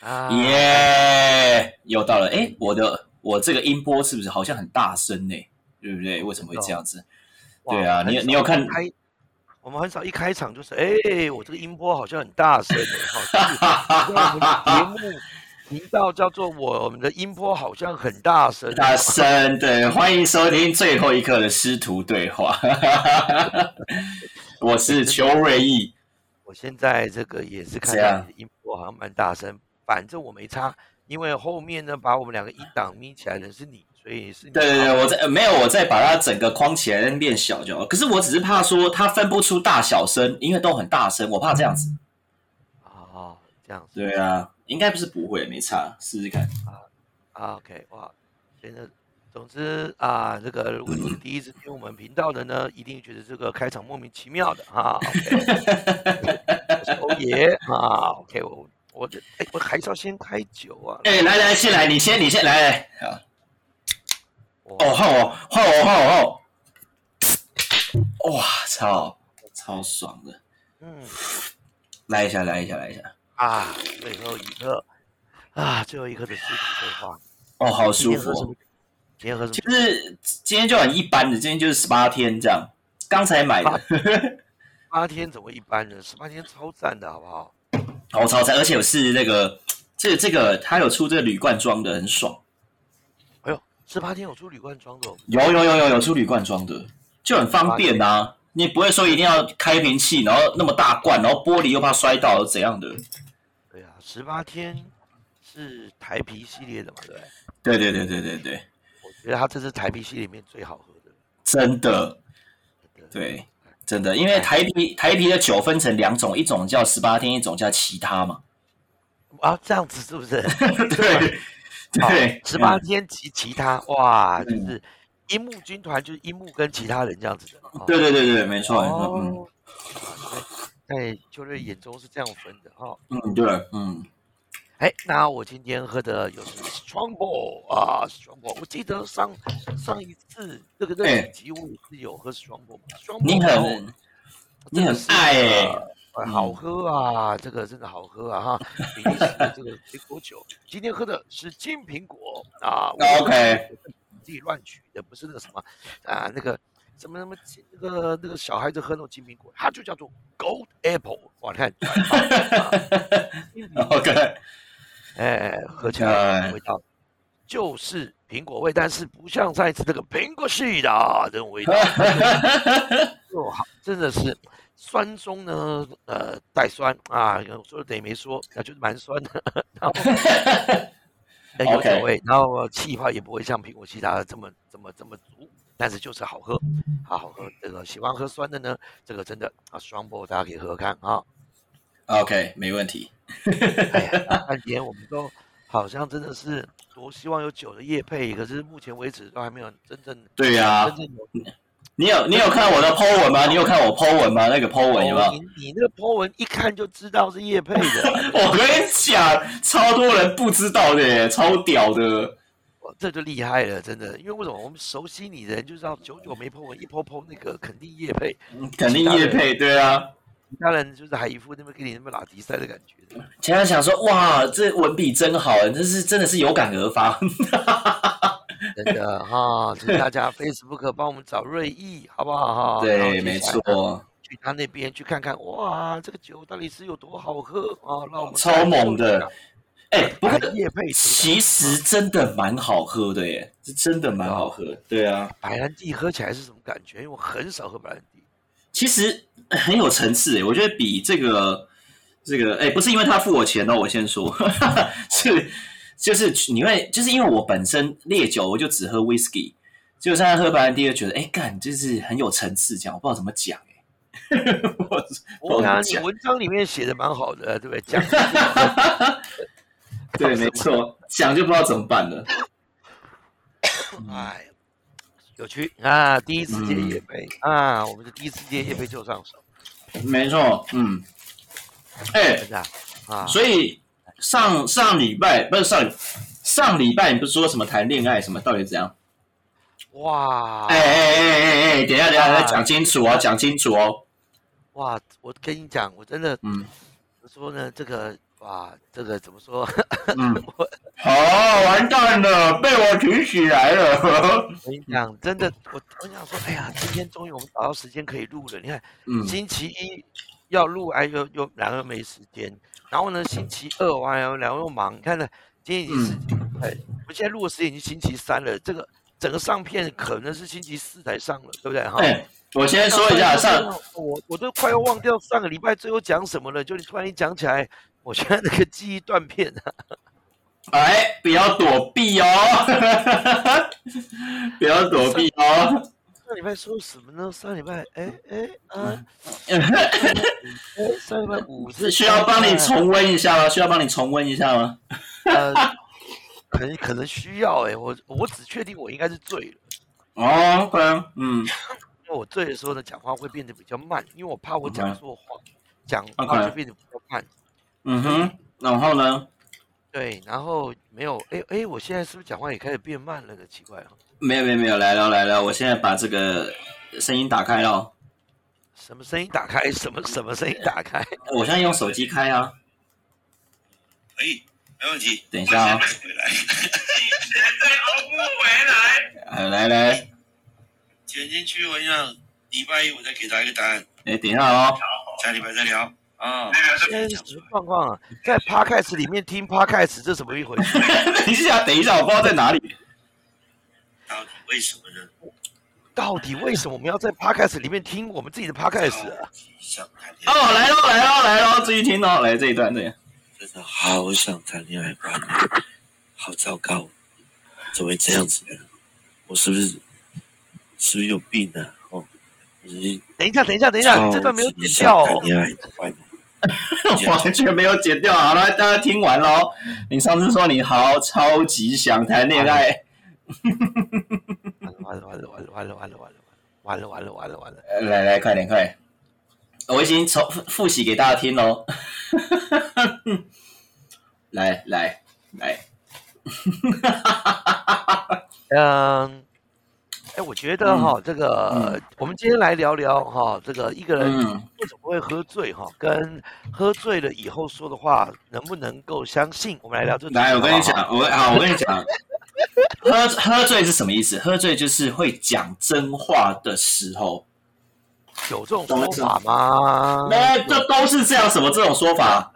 啊嗅到了，哎，我的我这个音波是不是好像很大声呢？对不对？为什么会这样子？哇 对啊，你很你少有看一开？我们很少一开场就是，哎、我这个音波好像很大声欸，哈，就是因为我们节目 提到叫做我们的音波好像很大声哦，大声，对，欢迎收听最后一刻的师徒对话。 我是邱瑞义，我现在这个也是看这到样你的音波好像蛮大声，反正我没差，因为后面呢把我们两个音档眯起来的是你，所以是你对对对，好我在呃没有，我再把它整个框起来变小就好。可是我只是怕说它分不出大小声，因为都很大声，我怕这样子。啊，这样子对啊，应该不是不会，没差，试试看。啊，OK，哇，真的，总之啊，这个如果你是第一次听我们频道的呢，一定觉得这个开场莫名其妙的啊，OK，我是 欧爷啊，OK，我我这哎，我还是要先开酒啊，哎、来来，先来，你先，你先来。来好哇哦，换我，换我，换我，换我！哇，超超爽的，嗯来一下，来一下，来一下。啊，最后一刻啊，最后一刻的师徒对话，哦，今好舒天服、喝什哦。么？今天喝什其么？实今天就很一般的，今天就是十八天这样，刚才买的，八天怎么一般呢？十八天超赞的好不好？好哦超赞，而且我是那个这这个他有出这个铝罐装的，很爽，哎呦，十八天有出铝罐装的哦，有有有有有出铝罐装的，就很方便啊，你不会说一定要开瓶器，然后那么大罐，然后玻璃又怕摔到怎样的，对啊，十八天是台啤系列的嘛，对不对？对对对对对对，我觉得它这是台啤系里面最好喝的。真的真的，对。真的，因为台啤台啤的酒分成两种，一种叫十八天，一种叫其他嘛。啊，这样子是 不是？对对，十八天及其他，哇，嗯就是樱木军团，就是樱木跟其他人这样子的。哦对对对对，没错没错，嗯。哦，在秋瑞眼中是这样分的哦。嗯，对，嗯，哎，那我今天喝的又是 Strongbow 啊，Strongbow。我记得上上一次这个哎这几集我也是有喝 Strongbow。Strongbow 你很你很爱欸哎，嗯好喝啊，这个真的好喝啊哈！比利时的这个水果 酒，今天喝的是金苹果啊。我哦 OK 自己乱取的，不是那个什么啊，那个什么什么金那个那个小孩子喝那种金苹果，它就叫做 Gold Apple。哇，你看， 啊金苹果 OK，哎，喝起来的味道就是苹果味，但是不像上一次那个苹果系的啊这种味道，就好，真的是酸中呢，呃，带酸啊，我说的等于没说，那就是蛮酸的，然后呃有 OK 酒味，然后气泡也不会像苹果西达这么这么这么足，但是就是好喝，好好喝。这个喜欢喝酸的呢，这个真的啊，双波大家可以喝喝看啊。 ，OK，没问题。哎呀，那今天我们都好像真的是多希望有酒的业配，可是目前为止都还没有真正对呀、真正有你有你有看我的 po 文吗？你有看我 po 文吗？那个 po 文有没有？你你那个 po 文一看就知道是叶配的， 我跟你讲，超多人不知道的耶，超屌的。哇这就厉害了，真的。因为为什么我们熟悉你的人就知道，久久没 po 文，一 po po 那个肯定叶配，嗯肯定叶配，对啊。其他人就是还一副那么给你那么拉迪赛的感觉的。前两想说，哇，这文笔真好，这是真的是有感而发。真的哈，请大家 Facebook 帮我们找瑞意，好不好哈？然后对，接没下来错呢，去他那边去看看，哇，这个酒到底是有多好喝啊！让我们超猛的。哎、不过夜配其实真的蛮好喝的耶，是真的蛮好喝。对啊，白兰地喝起来是什么感觉？因为我很少喝白兰地。其实呃很有层次诶，我觉得比这个这个哎，不是因为他付我钱哦，我先说， 是就是你会就是因为我本身烈酒我就只喝 whisky，就现在喝白兰地就觉得哎干就是很有层次这样，我不知道怎么讲哎，我对不知道啊，怎你么讲，文章里面写的蛮好的， 对不对？讲 对，没错，讲就不知道怎么办了。哎，有趣啊！第一次接夜嗯配、啊，我们的第一次接夜配就上手，没错，嗯，哎、真的啊。所以上上礼拜不是上上礼拜你不是说什么谈恋爱什么，到底怎样？哇、哎哎哎哎哎，等一下等一下，啊讲清楚哦，讲清楚哦。哇，我跟你讲，我真的嗯，说呢，这个哇，这个怎么说？ 嗯，好、哦，完蛋了，被我举起来了。我跟你讲，真的，我我想说，哎呀，今天终于我们找到时间可以录了。你看， 嗯星期一要录，哎又又然后没时间，然后呢，星期二完了然后又忙。你看呢，今天已经是、嗯哎，我们现在录的时间已经星期三了，这个整个上片可能是星期四才上了，对不对哈？哎、我先说一下 上，我我都快要忘掉上个礼拜最后讲什么了，就你突然一讲起来， 我现在那个记忆断片啊。哎，不要躲避哦， 不要躲避哦。上礼拜说什么呢？上礼拜哎哎啊， 哎上礼拜五是嗯需要帮你重温一下吗？需要帮你重温一下吗？ 呃，可能可能需要哎、我我只确定我应该是醉了，哦，对啊，嗯因为我醉的时候呢，讲话会变得比较慢，因为我怕我讲错话，讲话 OK 就变得比较慢。嗯哼，然后呢？对，然后没有哎哎，我现在是不是讲话也开始变慢了呢？奇怪哦，没有没有没有，来了来了，我现在把这个声音打开了，什么声音打开？什么什么声音打开？我现在用手机开啊。可以，哎没问题。等一下啊我现在回来， 现在熬不回来。哎，来来，剪进去，我想礼拜一我再给他一个答案，哎，等一下哦。 下礼拜再聊啊。下现在是什么状况啊？在 podcast 里面听 podcast，这什么一回事？等一下，等一下，我不知道在哪里。到底为什么呢？到底为什么我们要在 podcast 里面听我们自己的 podcast 啊？想谈恋哦，爱，来喽来喽来喽，注意听哦，来这一段这样。真的好想谈恋爱，不然好糟糕，怎么会这样子呢？我是不是是不是有病啊？哦，我是等一下，等一下，等一哦下，这段没有剪掉哦超级想谈。恋爱的坏人， 完全没有剪掉，啊好了，大家听完喽。你上次说你好超级想谈恋爱，完了完了完了完了完了完了完了完了完了完了完了！呃来来，快点快点，我已经重复复习给大家听喽。 来来来，嗯，哎，我觉嗯得哈，这个我们今天来聊聊哈，这个一个人嗯为什么会喝醉哈，跟喝醉了以后说的话能不能够相信？我们来聊这个。 来，我跟你，讲，我好，我跟你讲， 喝喝醉是什么意思？喝醉就是会讲真话的时候，有这种说法吗？那这都是这样，什么这种说法，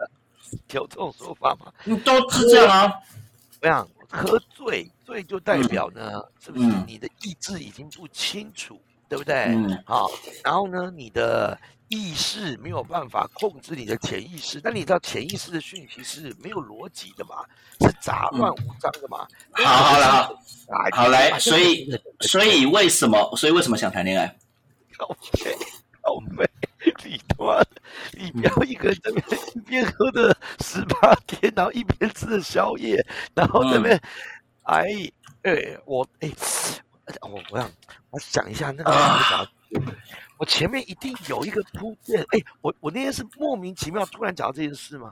有这种说法吗？你都是这样啊。我想喝醉，醉就代表呢，是不是嗯你的意志已经不清楚，对不对？嗯好，然后呢，你的意识没有办法控制你的潜意识，但你知道潜意识的讯息是没有逻辑的嘛，是杂乱无章的嘛。好嗯好了好来好来所以所以为什么？所以为什么想谈恋爱？靠背靠背，你他妈的，你不要一个人这边一边喝的十八天，然后一边吃的宵夜，然后这边，哎哎，我哎，我我想我想一下那个。啊我前面一定有一个铺垫，哎，我我那天是莫名其妙突然讲到这件事吗？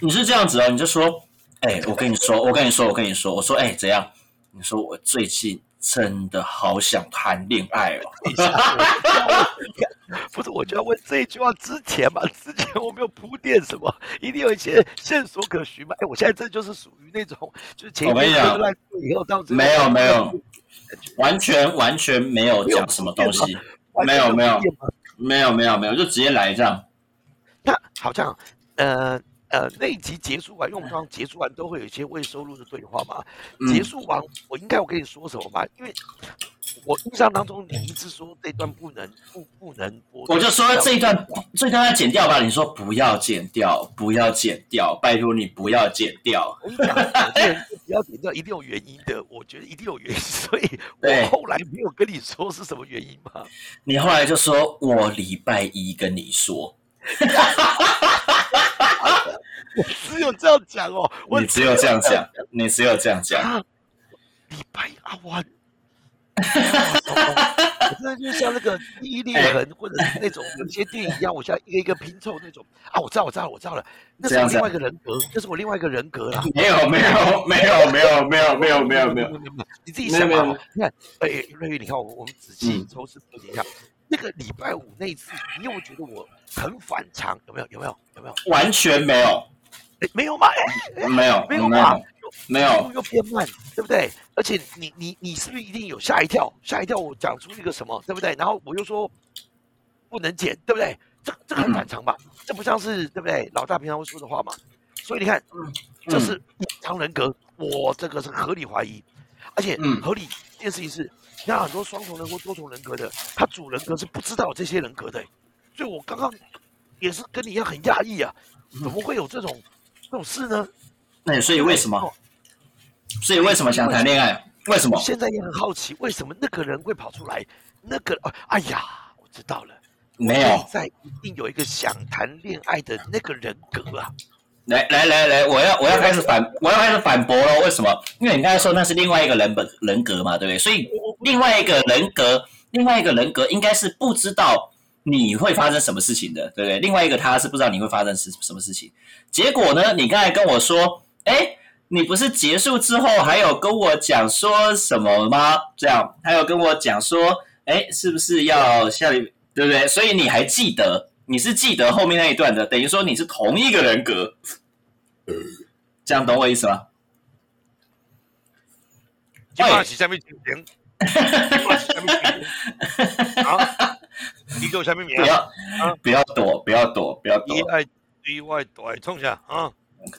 你是这样子哦，你就说，哎、我跟你说，我跟你说，我跟你说，我说，哎、怎样？你说我最近真的好想谈恋爱哦。等一下我 不是，我就要问这一句话之前嘛， 之前我没有铺垫什么，一定有一些线索可循嘛。哎，我现在这就是属于那种，就是前我跟面你讲烂过以后到最后没有没有，完全完全没有讲什么东西，完没全有没有铺垫嘛没有没有没有，就直接来这样。那好像呃呃那一集结束完，因为我们通常结束完都会有一些未收录的对话嘛。结嗯束完，我应该我跟你说什么吧？因为我印象当中你一直说这段不能不不能播，我就说这一段这一段要剪掉吧，你说不要剪掉，不要剪掉，拜托你不要剪掉。我跟你讲，我这人不要剪掉，一定有原因的。我觉得一定有原因， 所以对我后来没有跟你说是什么原因嘛。你后来就说我礼拜一跟你说，我只有这样讲哦，我你只有这样讲，你只有这样讲。啊，礼拜啊，我。我真的就像那个第一哎裂痕，或者是那种有些电影一样，我像一个一个拼凑那种啊，我知道，我知道，我知道了，那是这我样子啊另外一个人格，那是我另外一个人格啦。没有没有没有没有没有没 有没有没有，有， 你自己没有想没有没嘛有。你看，哎，瑞玉，你看我我们仔细嗯抽丝剥茧一下，那个礼拜五那一次，你有没有觉得我很反常？有没有？有没有？有没有？完全没有，诶没有吗？诶没有，哎没没有有吧，没有速度，又变慢，对不对？而且你你你是不是一定有吓一跳？吓一跳，我讲出一个什么，对不对？然后我又说不能剪，对不对？这这嗯个很反常吧？这不像是对不对？老大平常会说的话嘛。所以你看，这嗯是隐藏人格，我这个是合理怀疑，而且嗯合理一件事情是，你看很多双重人或多重人格的，他主人格是不知道这些人格的、所以我刚刚也是跟你一样很讶异啊，怎么会有这种这种事呢？那所以为什哦么？所以为什么想谈恋爱？为什么？现在也很好奇，为什么那个人会跑出来？那个，啊哎呀，我知道了，没有内，在一定有一个想谈恋爱的那个人格啊。来来来来，我要我要开始反我要开始反驳了。为什么？因为你刚才说那是另外一个人本人格嘛，对不对？所以我我另外一个人格，另外一个人格应该是不知道你会发生什么事情的，对不对？另外一个他是不知道你会发生什什么事情。结果呢，你刚才跟我说，哎，你不是结束之后还有跟我讲说什么吗？这样还有跟我讲说，哎，是不是要下礼，对不对？所以你还记得，你是记得后面那一段的，等于说你是同一个人格。这样懂我意思吗？今晚是什么情 形？今晚是什么情形？啊，你叫什么名不？要不要躲，不要躲，不要躲意。外意外大创啥啊？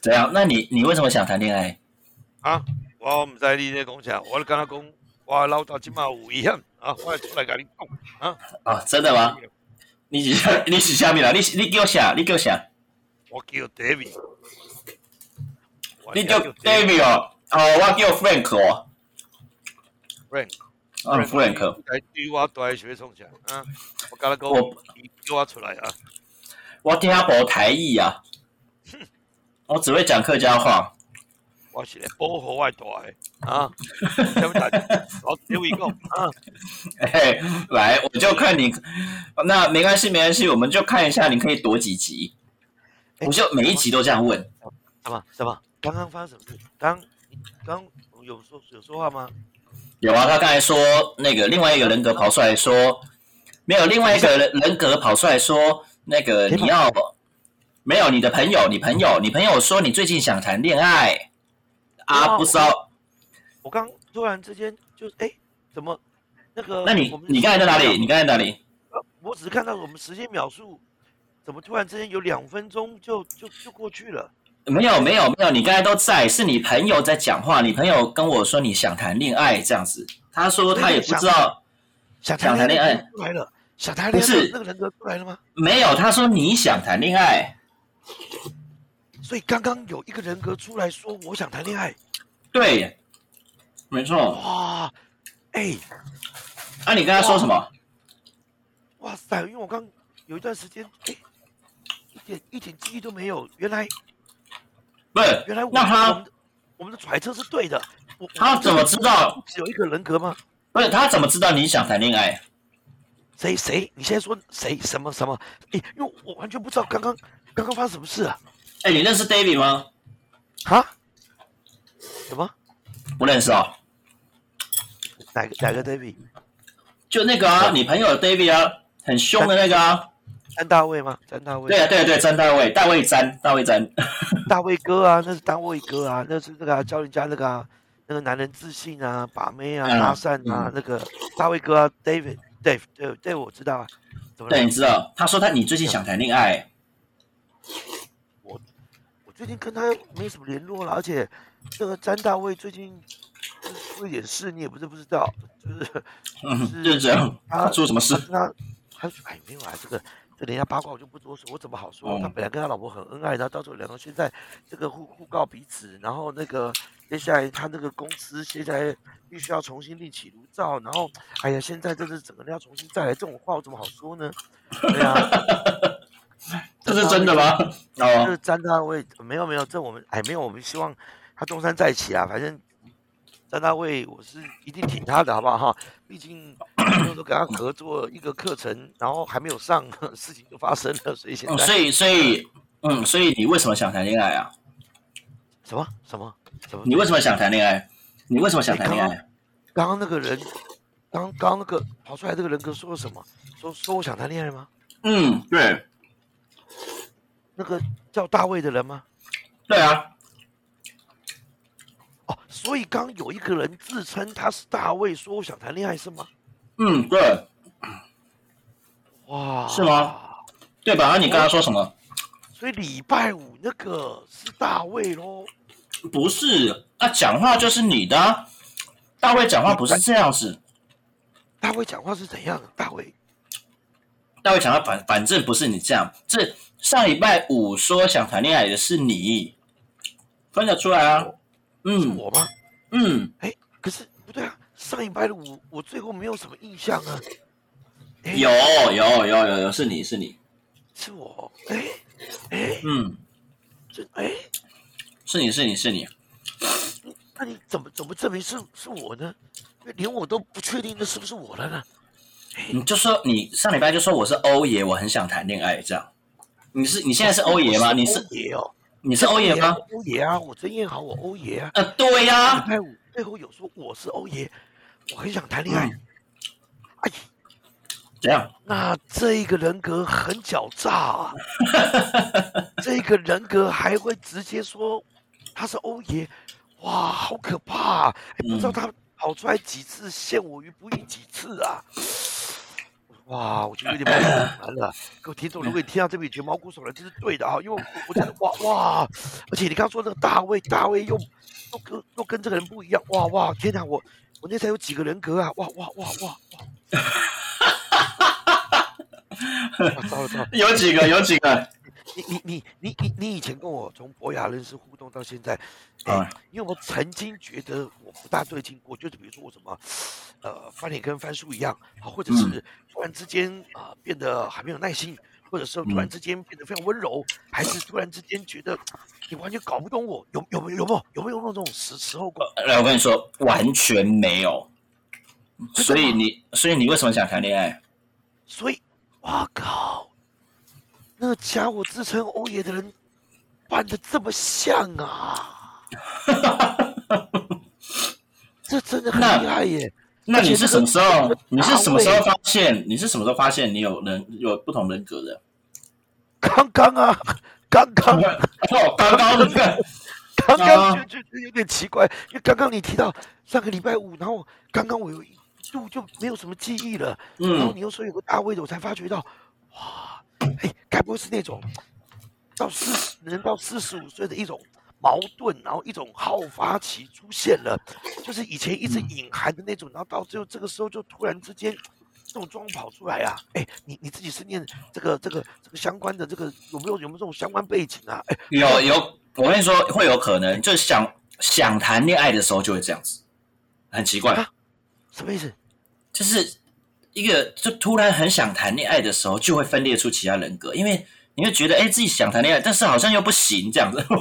怎样？那你你为什么想谈恋爱？我唔知你在讲啥，我跟他讲，我老大今晚有遗憾啊，我出来跟你讲。啊，真的吗？你几下？你几下面啊了？你你给我想，你给我想，我叫 David，我你叫叫 David 哦，哦，我叫 Frank 哦， Frank 嗯，Frank，来对我大学创啥啊？我跟他讲，我你叫我出来啊！我听不懂台 语啊，我只会讲客家话。我是来保护我的大的 啊！什么大家？我 David 讲啊，嘿，来，我就看你，那没关系，没关系，我们就看一下你可以躲几集。我就每一集都这样问，什么什么？刚刚发生什么事？刚刚有说有说话吗？有啊，他刚才说那个另外一个人格跑出来说，没有另外一个人人格跑出来说，那个你要没有你的朋友，你朋友，你朋友说你最近想谈恋爱啊，不知道，我刚突然之间就是哎，怎么那个？那你我们你刚才在哪里？你刚才在哪里？呃我只是看到我们时间秒数，怎么突然之间有两分钟就就就过去了？没有没有没有，你刚才都在，是你朋友在讲话，你朋友跟我说你想谈恋爱这样子，他说他也不知道，想想谈恋爱的人出来了，想谈恋爱不的是那个人格出来了吗？没有，他说你想谈恋爱，所以刚刚有一个人格出来说我想谈恋爱，对，没错，哇，哎、啊，你跟他说什么？哇塞，因为我刚有一段时间，哎、一点一点记忆都没有，原来不是，原来我那他我们的我们的揣测是对的，我他怎么知道？只有一个人格吗？不是他怎么知道你想谈恋爱？谁谁？你现在说谁什么什么？哎、因为我完全不知道刚刚刚刚发生什么事啊！哎，你认识 David 吗？哈？什么？不认识哦，哪个哪个 David？就那个啊，你朋友 David 啊，很凶的那个啊。詹大卫吗？詹嗯大卫？对啊，对啊，对啊，詹大卫，大卫詹，大卫詹。大卫哥啊，那是大卫哥啊，那是那个啊、教人家那个、啊、那个男人自信啊，把妹啊，嗯搭讪啊，嗯那个大卫哥啊，David Dave 对对，我知道啊。怎么对，了你？知道，他说他你最近想谈恋爱，我最近跟他没什么联络了，而且这个詹大卫最近就是出了一点事，你也不是不知道，就是嗯，就是这样。他出 什么事他？跟他，他说哎没有啊，这个这人家八卦我就不多说，我怎么好说？嗯他本来跟他老婆很恩爱，然后到时候两个现在这个互互告彼此，然后那个接下来他那个公司现在必须要重新另起炉灶，然后哎呀现在这是整个人要重新再来，这种话我怎么好说呢？对啊，这是真的吗？就哦，是詹大卫没有没有，这我们哎没有，我们希望他东山再起啊，反正。詹大卫，我是一定挺他的，好不好哈？毕竟那时候跟他合作一个课程，然后还没有上， 事情就发生了，所以现在、嗯所以所以嗯，所以你为什么想谈恋爱嗯啊？什么什么什么？你为什么想谈恋爱？你为什么想谈恋你爱？哎刚刚那个人，刚刚那个跑出来这个人格说了什么？说说我想谈恋爱吗？嗯，对，那个叫大卫的人吗？对啊，哦，所以刚有一个人自称他是大卫，说我想谈恋爱是吗？嗯，对，哇，是吗？对吧？啊那你刚才说什么？所以礼拜五那个是大卫喽？不是，那、讲话就是你的啊、大卫讲话不是这样子，大卫讲话是怎样？大卫大卫讲话反反正不是你这样。这上礼拜五说想谈恋爱的是你，分得出来啊？是嗯我吗？嗯，哎、可是不对啊，上一拜的五我最后没有什么印象啊。哎有有有有有是你是你，是我，哎哎嗯，这哎，是你是你是你，那你怎么怎么证明是是我呢？因为连我都不确定那是不是我了呢？你就说你上礼拜就说我是欧爷，我很想谈恋爱这样。你是你现在是欧爷吗？你我是欧爷哦，你是欧爷吗？？欧爷啊，我曾彦豪，我欧爷啊。呃，对呀、礼拜五最后有说我是欧爷，我很想谈恋嗯爱。哎，怎样？那这一个人格很狡诈啊！这个人格还会直接说他是欧爷，哇，好可怕、啊！哎不知道嗯他跑出来几次，陷我于不义几次啊！哇，我就有点毛骨悚然了。各位听众，如果你听到这边觉得毛骨悚然，这是对的啊，因为我我真的哇哇，而且你刚刚说那个大卫，大卫又又跟又跟这个人不一样，哇哇，天哪，我我那才有几个人格啊，哇哇哇哇哇！哇糟了糟了！有几个？有几个？你你你你你你以前跟我从博雅认识互动到现在，哎、啊你有没有曾经觉得我不大对劲过？就是比如说我什么，呃，翻脸跟翻书一样，啊，或者是突然之间啊、变得还没有耐心，或者是突然嗯之间变得非常温柔，还是突然之间觉得你完全搞不懂我，有有没有有没有有没有那种时时候过？来，我跟你说，完全没有。的所以吗你，所以你为什么想谈恋爱？所以，哇靠，那家伙自称欧爷的人扮的这么像 啊！这真的很那厉害耶！那你是什么时候？你是啊什么时大候卫发现？你是什么时候发现你有人有不同人格的？刚刚啊， 刚刚哦，刚刚那个，刚啊刚就就就有点奇怪，因为刚刚你提到上个礼拜五，然后刚刚我有一度就没有什么记忆了，然后嗯，你又说有个大位的，我才发觉到，哇，哎，该不会是那种到四十人到四十五岁的一种矛盾，然后一种好发期出现了，就是以前一直隐含的那种，然后到最后这个时候就突然之间。这种状况跑出来啊！哎、你你自己是念这个这个这个相关的这个有没有有没有这种相关背景啊？哎、有有，我跟你说，会有可能，就是想想谈恋爱的时候就会这样子，很奇怪。啊什么意思？就是一个就突然很想谈恋爱的时候，就会分裂出其他人格，因为你会觉得，哎、自己想谈恋爱，但是好像又不行这样子。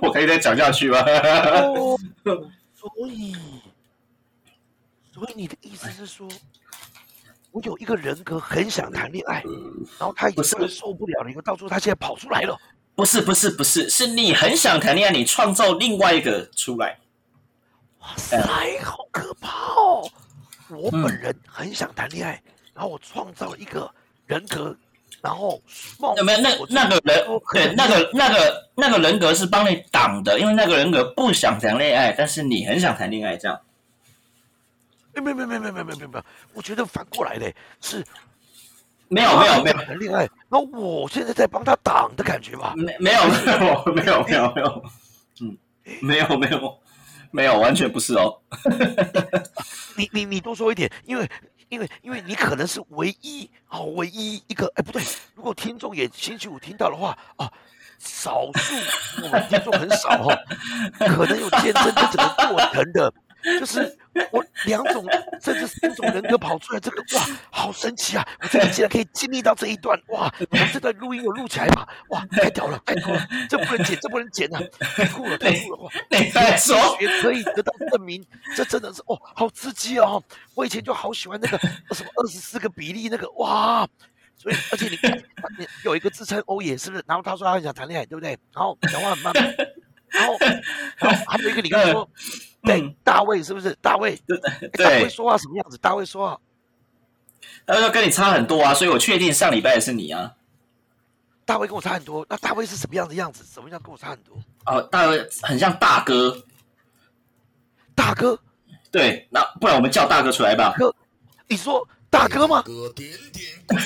我可以再讲下去吗？ 哦，所以，所以你的意思是说，我有一个人格很想谈恋爱，然后他已不是经受不了了，因为到处他现在跑出来了。不是，不是，不是，是你很想谈恋爱，你创造另外一个出来。哇塞，好可怕哦！我本人很想谈恋爱，然后我创造了一个人格，然后冒有没有那我自己那个人哦？可对，能那个那个那个人格是帮你挡的，因为那个人格不想谈恋爱，但是你很想谈恋爱，这样。哎没有没有没有没有没有没有没有没有，我觉得反过来嘞，是没有，没有，没有他。谈恋爱，那我现在在帮他挡的感觉吧？没没有没有没有没有没有，嗯，没有没有没有，完全不是哦。你你你多说一点，因为因为因为你可能是唯一啊、哦，唯一一个哎不对，如果听众也星期五听到的话啊，少数我们听众很少哦，可能有见证这整个过程的，就是我两种甚至三种人格跑出来，这个哇好神奇啊！我这个竟然可以经历到这一段哇，我们这段录音有录起来吧？哇，太屌了，太屌了，这不能剪，这不能剪啊，太酷了，太酷了哇！ 你在说也可以得到证 明，这真的是哦，好刺激哦！我以前就好喜欢那 个什么二十四个比例那个哇，所以而且你你有一个自称欧耶是不是？然后他说他很想谈恋爱，对不对？然后讲话很慢，然后然后还有一个你跟我说，对 嗯大卫是不是？大卫哎大卫对，说话什么样子？大卫说话他说跟你差很多啊，所以我确定上礼拜的是你啊。大卫跟我差很多，那大卫是什么样的样子？什么样跟我差很多？哦，大卫很像大哥，大哥，对，那不然我们叫大哥出来吧。哥，你说大哥吗？哥点点，